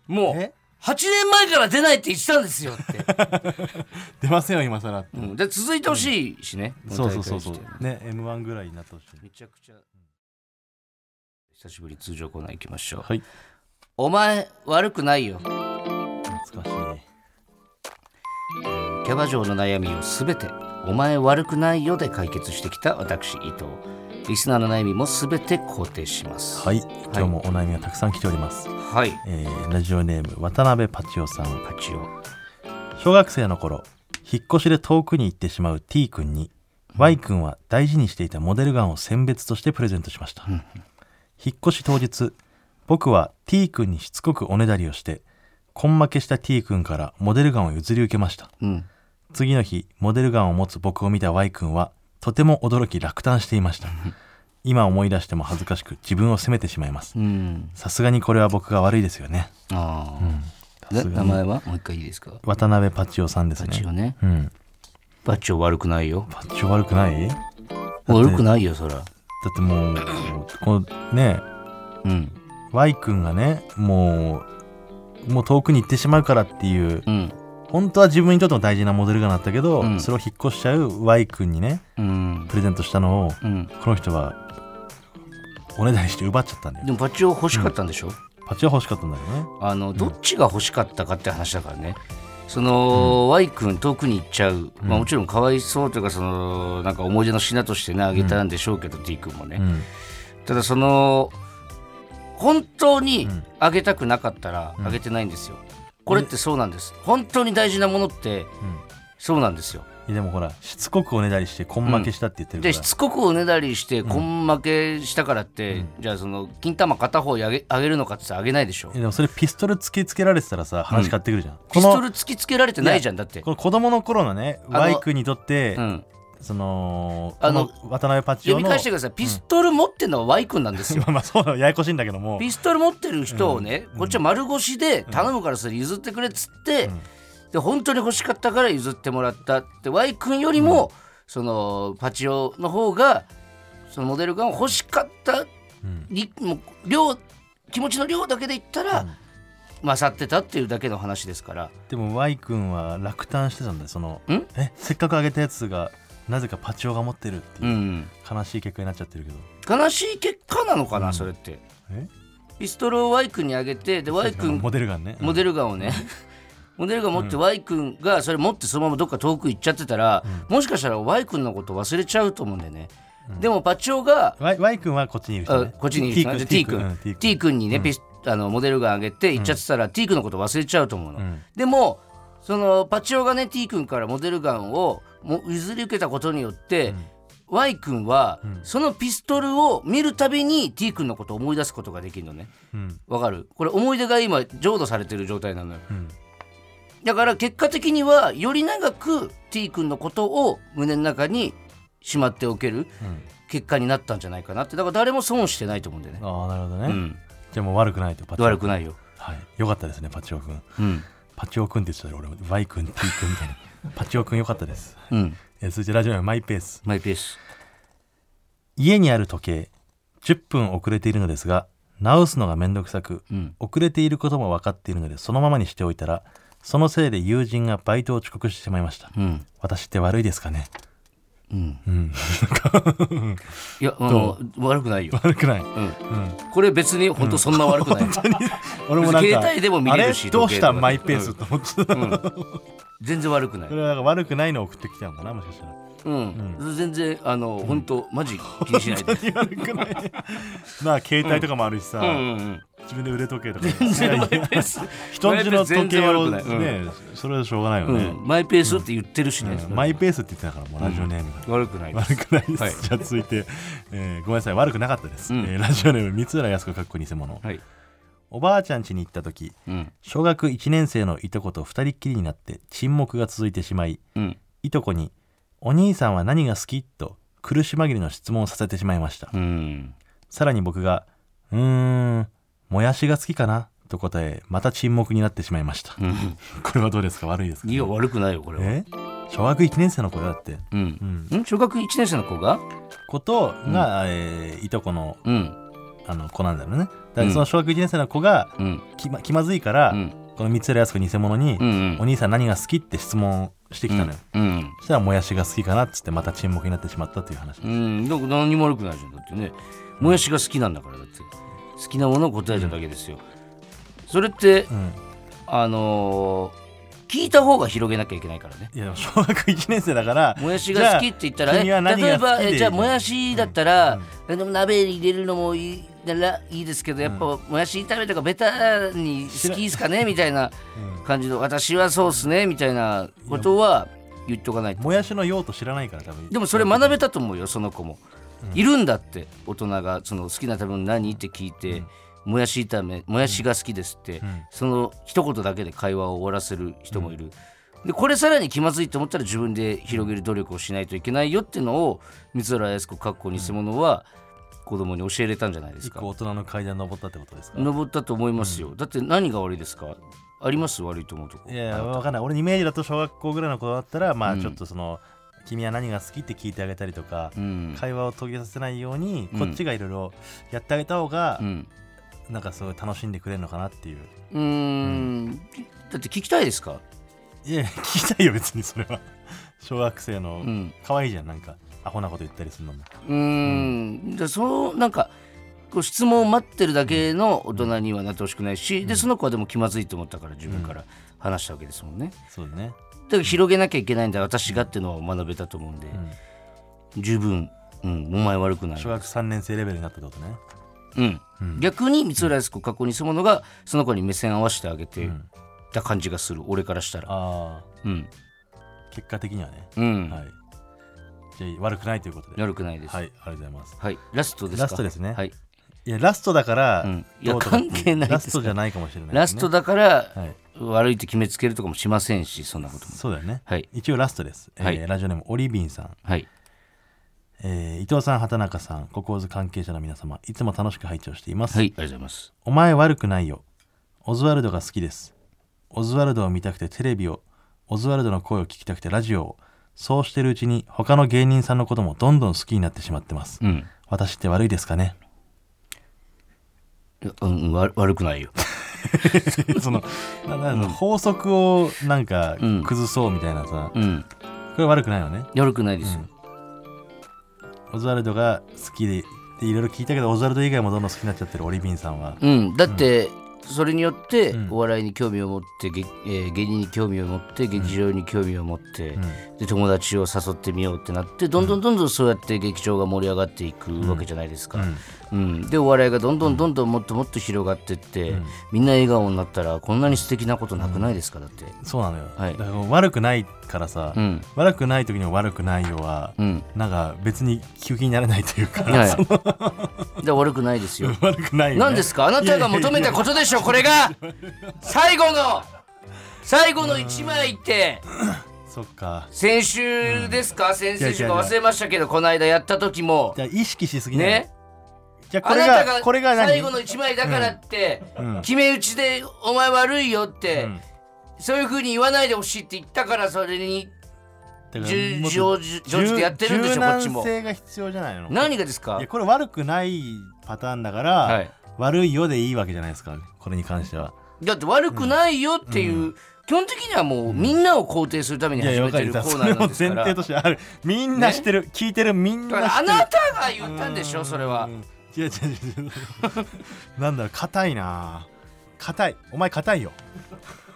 もう
え
8年前から出ないって言ってたんですよって、
出ませんよ今更って、
うん、で続いてほしいしね、こ
そ
の
う
大
そう
会
そうそう
自体
ね m 1ぐらいになってほしい
めちゃくちゃ久しぶりに通常コーナー行きましょう、
はい
お前悪くないよ
懐かしい
キャバ嬢の悩みをすべて「お前悪くないよ」で解決してきた私伊藤リスナーの悩みもすべて肯定します
はい今日もお悩みがたくさん来ております、
はい
えーラジオネーム渡辺パチオさん
パチオ
小学生の頃引っ越しで遠くに行ってしまう T 君に Y 君は大事にしていたモデルガンを選別としてプレゼントしました、引っ越し当日僕は T 君にしつこくおねだりをして根負けした T 君からモデルガンを譲り受けました
うん
次の日モデルガンを持つ僕を見た Y 君はとても驚き落胆していました今思い出しても恥ずかしく自分を責めてしまいます
うん
さすがにこれは僕が悪いですよね
ああ、で名前はもう一回いいですか
渡辺パチオさんです
パ
ね
チオね
うん
パチオ悪くないよ
パチオ悪くない
悪くないよそら
だってもうこのね
うん
Y 君がねもうもう遠くに行ってしまうからっていう
うん
本当は自分にとっても大事なモデルがなったけど、
うん
それを引っ越しちゃう Y 君にね
うん
プレゼントしたのを
うん
この人はおねだりして奪っちゃったんだよ
でもパチオ欲しかったんでしょ、
パチは欲しかったんだけどね
あのどっちが欲しかったかって話だからね。その Y 君遠くに行っちゃう、まあ、もちろんかわいそうというかそのなんか思い出の品としてねあげたんでしょうけど、D 君もね、
うん
ただその本当に
ん
あげたくなかったらあげてないんですよ、これってそうなんです本当に大事なものってそうなんですよ
いやでもほらしつこくおねだりして根負けしたって言ってるか
で
ら、
しつこくおねだりして根負けしたからって、じゃあその金玉片方あげあげるのかって言ったらあげないでしょ
いやでもそれピストル突きつけられてたらさ話変わってくるじゃん、
ピ
こ
ストル
の
突きつけられてないじゃんだって
この子供の頃のね
あの
Y 君にとって、
うん
その
あの
この渡辺パチ
呼
オ
び
の
返してくださいピストル持ってるのは Y 君なんですよ、
<laughs> まあまあそうなのややこしいんだけども
ピストル持ってる人をね、こっちは丸腰で頼むからそれ譲ってくれっつって、で本当に欲しかったから譲ってもらったって Y 君よりも、そのパチオの方がそのモデルガンを欲しかった
うん
り、もう量気持ちの量だけで言ったら、勝ってたっていうだけの話ですから
でも Y 君は落胆してたんだよその
ん
えせっかくあげたやつがなぜかパチオが持ってるって
う
いうん悲しい結果になっちゃってるけど、
悲しい結果なのかな、それって
え
ピストルを Y 君にあげてで Y 君
モデルガンね
モデルガンをね、 <laughs> モデルガン持って Y 君がそれ持ってそのままどっか遠く行っちゃってたら、もしかしたら Y 君のこと忘れちゃうと思うんだよね。でもパチオが、
Y, y 君はこっちにいる人、
あ
ね、
こっちにいる人なんで T
うん
君
T 君
T 君にね、ピスあのモデルガンあげて行っちゃってたら、T 君のこと忘れちゃうと思うの。
うん
でもそのパチオがね T 君からモデルガンをも譲り受けたことによって、Y 君は、そのピストルを見るたびに T 君のことを思い出すことができるのね。
うん
わかるこれ思い出が今浄土されてる状態なのよ、
ん
だから結果的にはより長く T 君のことを胸の中にしまっておける結果になったんじゃないかなってだから誰も損してないと思うんだよね、
ああなるほどね、
うん、
じゃあもう悪くないとパチオ
悪くないよ、
はいよかったですねパチオ君
うん
パチオ君って言ってたら俺も Y 君 T 君みたいなパチオ君よかったです
うん、
え続いてラジオネームマイペース
マイペース
家にある時計10分遅れているのですが直すのがめんどくさく、
うん
遅れていることも分かっているのでそのままにしておいたらそのせいで友人がバイトを遅刻してしまいました
うん
私って悪いですかね
い
<laughs>
や、うん、悪くないよ。
悪くない。
これ別に <laughs> 本当そんな悪くない。
俺もなんか、
携帯でも見れる
あ
し
れどうし
時計とか
たマイペースと思ってた。
全然悪くない
<laughs> そ。れはなんか悪くないのを送ってきたのかな、もしかしたら。 <laughs>
うん、全然あの本当マジ気にしない <laughs> で。
悪くない。なあ、携帯とかもあるしさ、
うんうん
自分で腕時計とか。
<laughs> 全然マイペース。
人んちの時計を
マイペース全然悪くない
ね、それはしょうがないよ
う
ね。
んマイペースって言ってるしね。
マイペースって言ってたから、もうラジオネームが。
悪くないです。
悪くないです、
はい
じゃあ続いて、えーごめんなさい悪くなかったです、
うん
えーラジオネーム三浦靖子かっこ偽物、
はい。
おばあちゃん家に行った時
うん
小学1年生のいとこと二人っきりになって沈黙が続いてしまい
うん
いとこに「お兄さんは何が好き?」と苦し紛れの質問をさせてしまいました、
うん。
さらに僕が「うーんもやしが好きかな?」と答えまた沈黙になってしまいました、 <laughs> これはどうですか悪いですか
いや悪くないよこれは。
え小学1年生の子だって
うん。ん小学一年生の子が？
ことが、えーいとこの
うん
あの子なんだろうねだからその小学1年生の子が
うん
気ま気まずいから、
うん
この三浦靖子偽物に、
うんう
お
ん
兄さん何が好き?」って質問してきたのよ、
うん。
そしたらもやしが好きかなっつってまた沈黙になってしまったという話、
うん、なんか何にも悪くないじゃんだってねもやしが好きなんだからだって好きなものを答えただけですよ、それって
うん、
あのー聞いた方が広げなきゃいけないからね
いやでも小学1年生だから
もやしが好きって言ったら
じゃあ
ね
君は
例え
何が好
ば
きで
えじゃあもやしだったら、でも鍋に入れるのもいいならいいですけどやっぱもやし炒めとかベタに好きですかねみたいな感じの私はそうっすねみたいなことは言っとかないと
もやしの用途知らないから多分
でもそれ学べたと思うよその子も、いるんだって大人がその好きな食べ物何って聞いて、もやし炒めもやしが好きですって、その一言だけで会話を終わらせる人もいる、でこれさらに気まずいと思ったら自分で広げる努力をしないといけないよっていうのを三浦靖子かっこ偽物は子供に教えれたんじゃないです
一
か、
個大人の階段登ったってことですか
登ったと思いますよ、だって何が悪いですかあります悪いと思うとこ
いやいやわかんない俺のイメージだと小学校ぐらいの子だったらまあちょっとその、君は何が好きって聞いてあげたりとか、
うん、
会話を途切れさせないように、
うん
こっちがいろいろやってあげた方が、
うん
なんかすごい楽しんでくれるのかなっていう
うーんだって聞きたいですか
いやいや聞きたいよ別にそれは <laughs> 小学生
う
の
ん
可愛いじゃんなんかアホなこと言ったりするのも
うーん、でそのなんかこう質問を待ってるだけの大人にはなってほしくないし、でその子はでも気まずいと思ったから自分から話したわけですもんね。
そうだね
だから広げなきゃいけないんだ私がっていうのを学べたと思うんで、十分、うん、お前悪くない
小。学3年生レベルになったってことね
うん逆に三浦靖子過去にそのものがその子に目線合わせてあげてた感じがする、俺からしたら。
あ
うん、
あ結果的にはね、
うん
はいじゃあ悪くないということで
悪くないです。
は
はいい
ありがとうございます
ラストですか
ラストですね
はい、
いやラストだから、
んいや
どうとかってう
関係ないで
ラ
す
ストじゃないかもしれない、
ラストだから、
はい
悪いって決めつけるとかもしませんしそんなことも。
そうだよね、
はい
一応ラストです、えー
はい
ラジオネームオリビンさん、
はい
えー伊藤さん畑中さんココーズ関係者の皆様いつも楽しく拝聴しています、
はい、ありがとうございます。
お前悪くないよ。オズワルドが好きです。オズワルドを見たくてテレビを、オズワルドの声を聞きたくてラジオを、そうしてるうちに他の芸人さんのこともどんどん好きになってしまってます。
うん、
私って悪いです
<laughs>
かね
いやうん、わ悪くないよ。
その、なな法則をなんか崩そうみたいなさ、
う
こ
ん、
れ悪くないよね。
<laughs> 悪くないですよ。
オズワルドが好きで、でいろいろ聞いたけど、オズワルド以外もどんどん好きになっちゃってるオリビンさんは。
うん、だって、それによって、
ん
お笑いに興味を持って、げえー芸人に興味を持って、劇場に興味を持って、
ん
で、友達を誘ってみようってなって、どんどんどんどんそうやって劇場が盛り上がっていくわけじゃないですか。うんで、お笑いがどんどんどんどんもっともっと広がってって、みんな笑顔になったら、こんなに素敵なことなくないですか、だって。
そうなのよ、
はい
だから悪くないからさ、
ん
悪くない時に悪くないよは、
ん
なんか別に聞く気にならないというか、
はい。 <laughs> だから悪くないですよ。
<laughs> 悪くないよ、ね、
<laughs> 何ですかあなたが求めたことでしょこれが最後の最後の1枚って
そっか
先週ですか、先々週
いやいや
か
いや
忘れましたけどこの間やった時も
じゃあ意識しすぎない
ね
じゃあこ
あ
れ
なた
が
が
これが何
最後の1枚だからって、決め打ちで「お前悪いよ」って、
ん
そういうふうに言わないでほしいって言ったからそれに
だから
十
もっと
乗じ乗じてやってるんでしょこっちも
柔軟性が必要じゃないの
何がですか
いやこれ悪くないパターンだから、
はい
悪いよでいいわけじゃないですかこれに関しては
だって悪くないよっていう基本的にはもうみんなを肯定するために
いやい
始
やわ
め
か
て
る
るコー
そ
ナ
れ
ーな
も
んです
前
から
提としてあるみんなしてる、聞いてるみん
だ
な
か
知
らあ
ってる
なたが言ったんでしょそれは
違う違う違う <laughs> なんだろう硬いな硬いお前硬いよ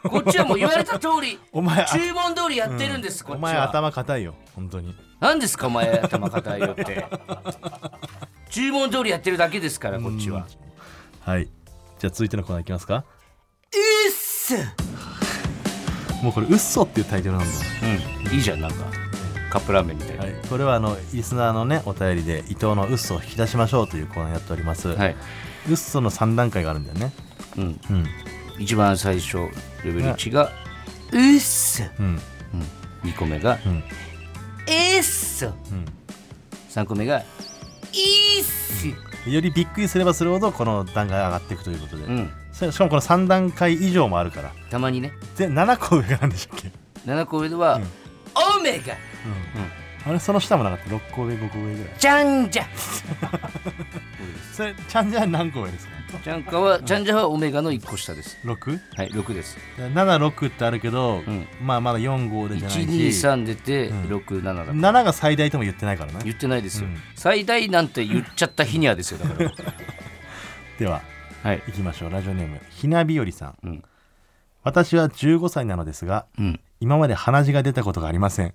こっちはもう言われた通り
お前あ
注文通りやってるんです、こっ
お
ち
前
は
頭硬いよ本当に
何ですかお前頭硬いよって
<laughs>
注文通りやってるだけですからこっちは
はいじゃあ続いてのコーナーいきますか
うっす
もうこれ「うっそ」っていうタイトルなんだ
うんいいじゃんなんかカップラーメンみたいな
はい、これはあのリスナーのねお便りで伊藤の嘘を引き出しましょうというコーナーやっております、
はい、
嘘の3段階があるんだよね
うん、
うん
一番最初レベル1が「うっす
うん」
2個目が「
うん
えっそ
う」
3個目が「いっす」
んよりびっくりすればするほどこの段階が上がっていくということで、
うん
そしかもこの3段階以上もあるから
たまにね
で7個上がなんでしたっけ、
7個上では
うん
「オメガ
あれその下もなかった6個上5個上ぐらい
ちゃんじゃ」
それちゃんじゃん何個上ですか
ちゃんかはちゃんじゃはオメガの1個下です
6?76
はい6です
ってあるけど、
ん
まあまだ45でじゃないし
123出て
うん
67だから
7が最大とも言ってないからね
言ってないですよ
うん
最大なんて言っちゃった日にはですよだから
<laughs> では
はい
いきましょうラジオネームひなびよりさん、
うん
私は15歳なのですが
うん
今まで鼻血が出たことがありません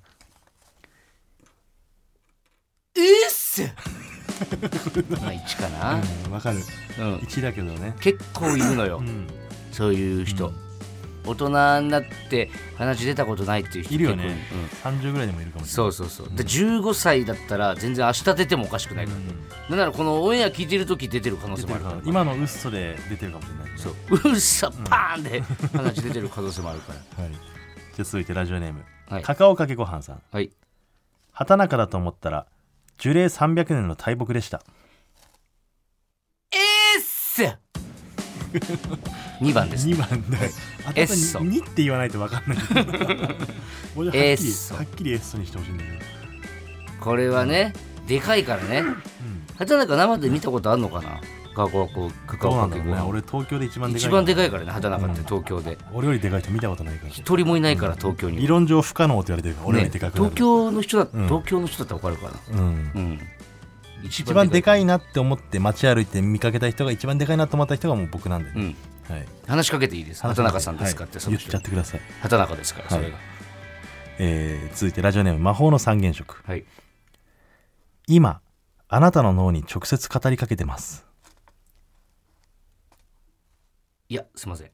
「えっす」まあ1かな
うんわ、かる
うん
1だけどね
結構いるのよ
うん
そういう人、
うん
大人になって鼻血出たことないっていう人
いるよね
結構うん
30ぐらいでもいるかもしれ
そ
な
う
い
そうそう、で15歳だったら全然明日出てもおかしくないから、
うん
なんならこのオンエア聞いてる時出てる可能
出
性
て
もある
るか
からら
今の嘘で出てるかもしれない、ね、
そううっさパーンで鼻血出てる可能性もあるから
はい、じゃあ続いてラジオネーム、
はい
カカオかけごはんさん
はい
畑中だと思ったら樹齢300年の大木でした
えーっす2番です、
2番であ
エッソ
2って言わないと分かんない俺はっきり
エッソ
はっきりエッソにしてほしいんだけど、
これはねでかいからね
うん、
畑中生で見たことあるのかなカカオカカ
どう
オ
な
か
んだ
け
ろう
ご
ね
飯
俺東京で一番でかい
一番で
い
かいからね畑中って東京で
俺よりでかい人見たことないから
一人もいないから東京には
理論上不可能って言われてるから俺よりでかくなる、
東京の人だ、
うん
東京の人だったらわかるか
うん
な、うん、一
一番で
い、
かいなって思って街歩いて見かけた人が一番でかいなと思った人がもう僕なんで
う
ね、
ん、
はい
話しかけていいです畑中さんですかって、
はい
その
言っち
人
ゃってください、
畑中ですから
はい
それが
えー続いてラジオネーム魔法の三原色
はい、
今あなたの脳に直接語りかけてます
いやすいません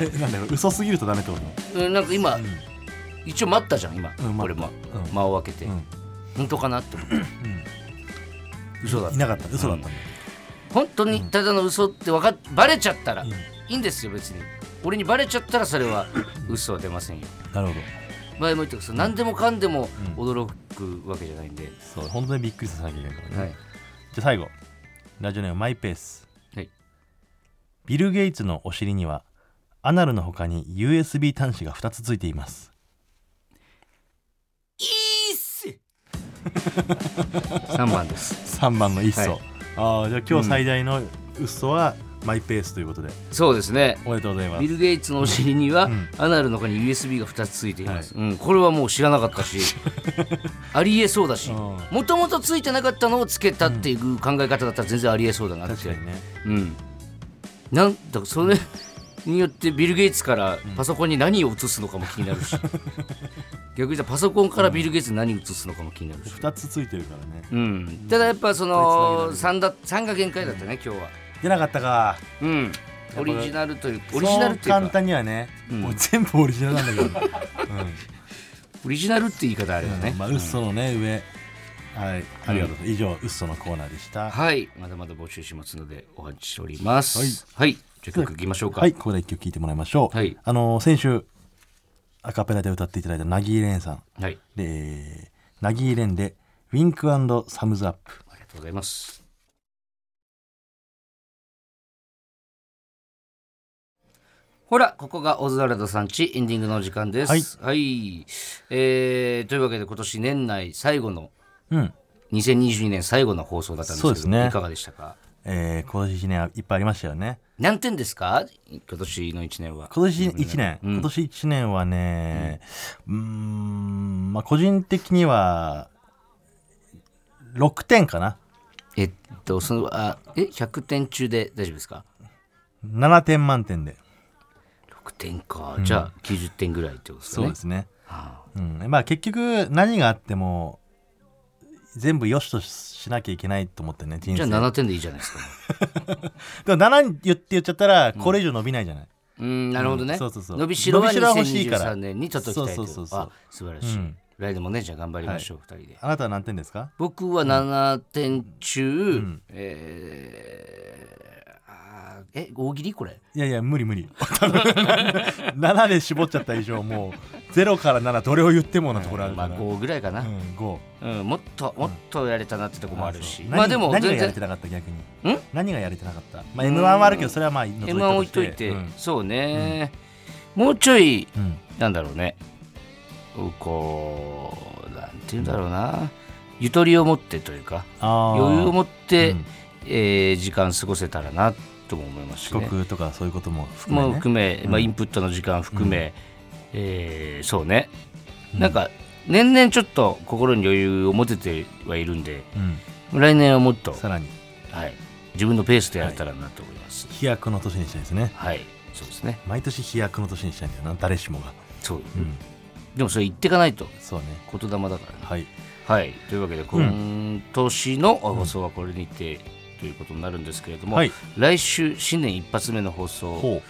えなんだろう嘘すぎるとダメってこ
うんなんか今、一応待ったじゃん今、
うん
俺も
待ったうん
間を空けて、
うん
本当かなって思って、嘘だっ
い
た
なかった嘘だったんだ、
本当にただの嘘ってわかっバレちゃったら、
うん
いいんですよ別に俺にバレちゃったらそれは嘘は出ませんよ
なるほど
前も言ったけどその何でもかんでも
う
驚くわけじゃないんで、
そう本当にびっくりさせなきゃいけないからね、
はい
じゃあ最後ラジオネームマイペース
はい
ビル・ゲイツのお尻にはアナルの他に USB 端子が2つついています
いいっ <laughs> す3番です
3番の一層、
はい
ああじゃあ今日最大の嘘はマイペースということで、
そうですね
おめでとうございま
ビ
す
ル・ゲイツのお尻には、
うん
アナルの中に USB が2つついています、うん、これはもう知らなかったし
<laughs>
ありえそうだし
うん
もともとついてなかったのをつけたっていう考え方だったら全然ありえそうだなって
確かにね
うん、なんだかそれによってビル・ゲイツからパソコンに何を映すのかも気になる
<laughs>
し、逆に言ったらパソコンからビル・ゲイツに何を映すのかも気になるし、
2つついてるからね
うん、ただやっぱその3だ3が限界だったね今日は。
出なかったか
うん
ぱ
オリジナルというオリジナルってい
そ
う
う簡
か
単にはね、
うん
もう全部オリジナルなんだけ
<laughs>
ど、
オリジナルって言い方あれだ
うん
ね、
まあ、ウッソのね、上はいありがとう、以上ウッソのコーナーでしたは
はいまだまだ募集しますのでお待ちしておりますはい、じゃあ曲いきましょうか、
いここで一曲聴いてもらいましょう、
はい
あの先週アカペラで歌っていただいたナギーレンさん
はい、
でえーナギーレンで「ウィンクサムズアップ
ありがとうございますほらここがオズワルドさんちエンディングのお時間ですはい、えーというわけで今年年内最後の」
うん
2022年最後の放送だったんですけど
そうですね
いかがでしたか
えー今年1年はいっぱいありましたよね。
何点ですか今年の1年は。
今年1年、今年1年はね、うーん、まあ個人的には、6点かな。
えっと、その、あ、え、100点中で大丈夫ですか
7点満点で。
?6 点か。じゃあ、90点ぐらいってことですか
そう
ね
で。すね。
はあ
うん、まあ結局何があっても全部良しとしなきゃいけないと思ってね人
じゃ
生
あ
でも
7点でいいじゃないですか。
7言って言っちゃったらこれ以上伸びないじゃない、
うん、なるほどね。
そうそうそう
伸びしろは
伸びしろは欲しいから
2023年にちょっときたいと
そうそうそうそう
あ、素晴らしい。
うん
来年もね、じゃあ頑張りましょう、二人で。
あなたは何点ですか
僕は7点中、えーあーえ、大喜利これ。
いやいや無理無 <laughs> 理多分7で絞っちゃった以上もう0から7どれを言ってもなところある
ま
か
あ
ら、
5ぐらいかな、
うん、5
うんもっともっとやれたなってとこもあるし、
そう
まあ
何
でも
何が
全
やれて
然
なかった逆に何がやれてなかった、まあ、m 1はあるけどそれはまあ除い
m 1置いと
とし
いて、
うん
そうね、もうちょい
うん
なんだろうねこうなんて言うんだろうなゆとりを持ってというか
あー
余裕を持って、
うん
えー時間過ごせたらなとも思いますし
遅
ね。
刻とかそういうことも含
ま
め、
あ、
ね、
含め、まあ、インプットの時間含め、えーそうね、なんか年々ちょっと心に余裕を持ててはいるんで来年はもっと
うん、、さらに
はい、自分のペースでやれたらなと思います。
飛躍の年にしたいですね
はい、そうですね。
毎年飛躍の年にしたいんだよな誰しもが
そう、
うん
でもそれ言っていかないと
そうね
言霊だからね。
はい
はい、というわけで今年の放送はこれにて、ということになるんですけれども、
はい
来週新年一発目の放送
ほ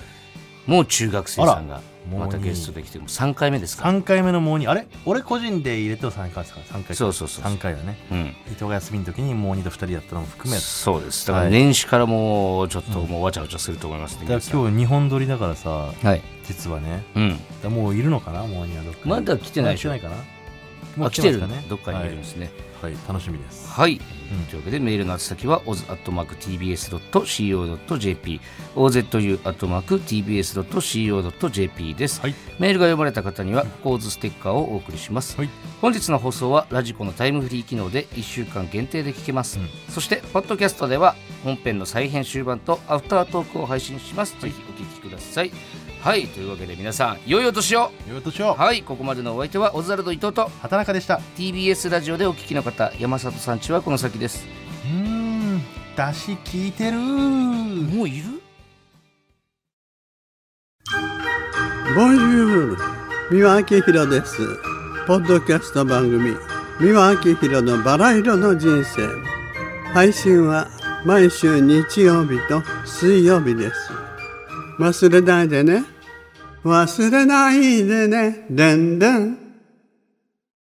もう中学生さんが
あら
また
もう
ゲストできても3回目です
う
か、
3回目のもうにあれ俺個人で入れても3回ですか3回か
そうそうそう
3回だね
うん、
伊藤が休みの時にもう2と2人やったのも含めだ
そうですだから
はい
年始からもうちょっともうわちゃわちゃすると思いますね、
から今日2本撮りだからさ
日はい、
実はね
うん、
だからもういるのかなもうにはどっかに
まだ来てないでしょ
まだ来てないかな
あ来てる
ます
ねどっかにいるんですね
はい、はい楽しみです
はい、というわけでメールの宛先は oz.tbs.co.jp ozu.tbs.co.jp です、
はい
メールが読まれた方には構図ステッカーをお送りします、
はい
本日の放送はラジコのタイムフリー機能で1週間限定で聞けます、
うん
そしてポッドキャストでは本編の再編集版とアフタートークを配信します、ぜひお聞きくださいはいというわけで皆さん良いお年を
よいお年を
はいここまでのお相手はオズワルド伊藤と
畑中でした
TBS ラジオでお聞きの方山里さんちはこの先です
うーんだし効いてるー
もういる
ボンジュール三輪明宏ですポッドキャスト番組三輪明宏のバラ色の人生配信は毎週日曜日と水曜日です忘れないでね忘れないでねでんでん